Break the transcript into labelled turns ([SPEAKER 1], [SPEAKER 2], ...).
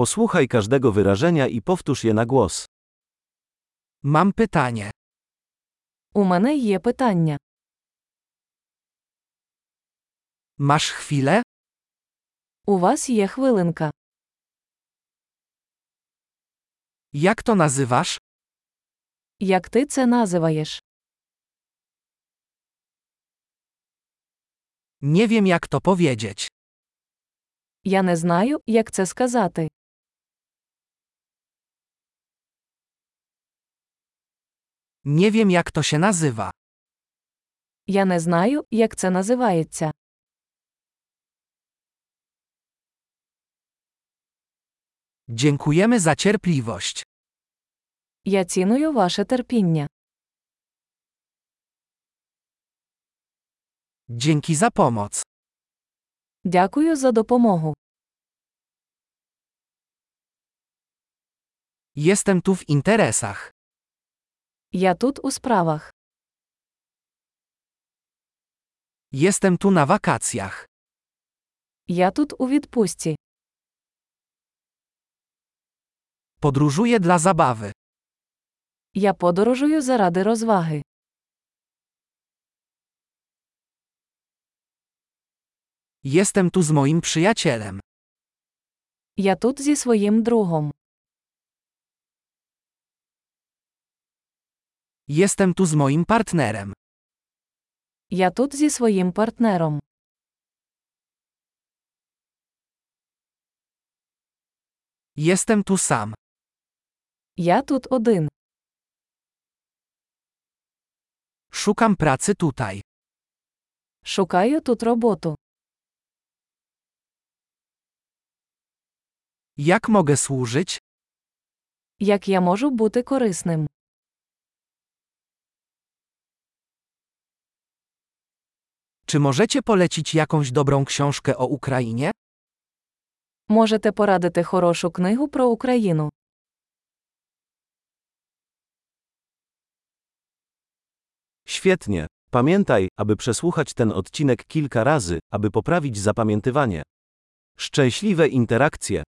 [SPEAKER 1] Posłuchaj każdego wyrażenia i powtórz je na głos.
[SPEAKER 2] Mam pytanie.
[SPEAKER 3] У мене є питання.
[SPEAKER 2] Masz chwilę?
[SPEAKER 3] У вас є хвилинка.
[SPEAKER 2] Jak to nazywasz?
[SPEAKER 3] Як ти це називаєш?
[SPEAKER 2] Nie wiem, jak to powiedzieć.
[SPEAKER 3] Я не знаю, як це сказати.
[SPEAKER 2] Nie wiem, jak to się nazywa.
[SPEAKER 3] Я не знаю, як це називається.
[SPEAKER 2] Dziękujemy za cierpliwość.
[SPEAKER 3] Я ціную ваше терпіння.
[SPEAKER 2] Dzięki za pomoc.
[SPEAKER 3] Дякую за допомогу.
[SPEAKER 2] Jestem tu w interesach.
[SPEAKER 3] Я тут у справах.
[SPEAKER 2] Jestem tu na wakacjach.
[SPEAKER 3] Я тут у відпустці.
[SPEAKER 2] Podróżuję dla zabawy.
[SPEAKER 3] Я подорожую заради розваги.
[SPEAKER 2] Jestem tu z moim przyjacielem.
[SPEAKER 3] Я тут зі своїм другом.
[SPEAKER 2] Jestem tu z moim partnerem.
[SPEAKER 3] Я тут зі своїм партнером.
[SPEAKER 2] Jestem tu sam.
[SPEAKER 3] Я тут один.
[SPEAKER 2] Szukam pracy tutaj.
[SPEAKER 3] Шукаю тут роботу.
[SPEAKER 2] Jak mogę służyć?
[SPEAKER 3] Як я можу бути корисним?
[SPEAKER 2] Czy możecie polecić jakąś dobrą książkę o Ukrainie?
[SPEAKER 3] Можете порадити хорошу книгу про Україну.
[SPEAKER 1] Świetnie. Pamiętaj, aby przesłuchać ten odcinek kilka razy, aby poprawić zapamiętywanie. Szczęśliwe interakcje.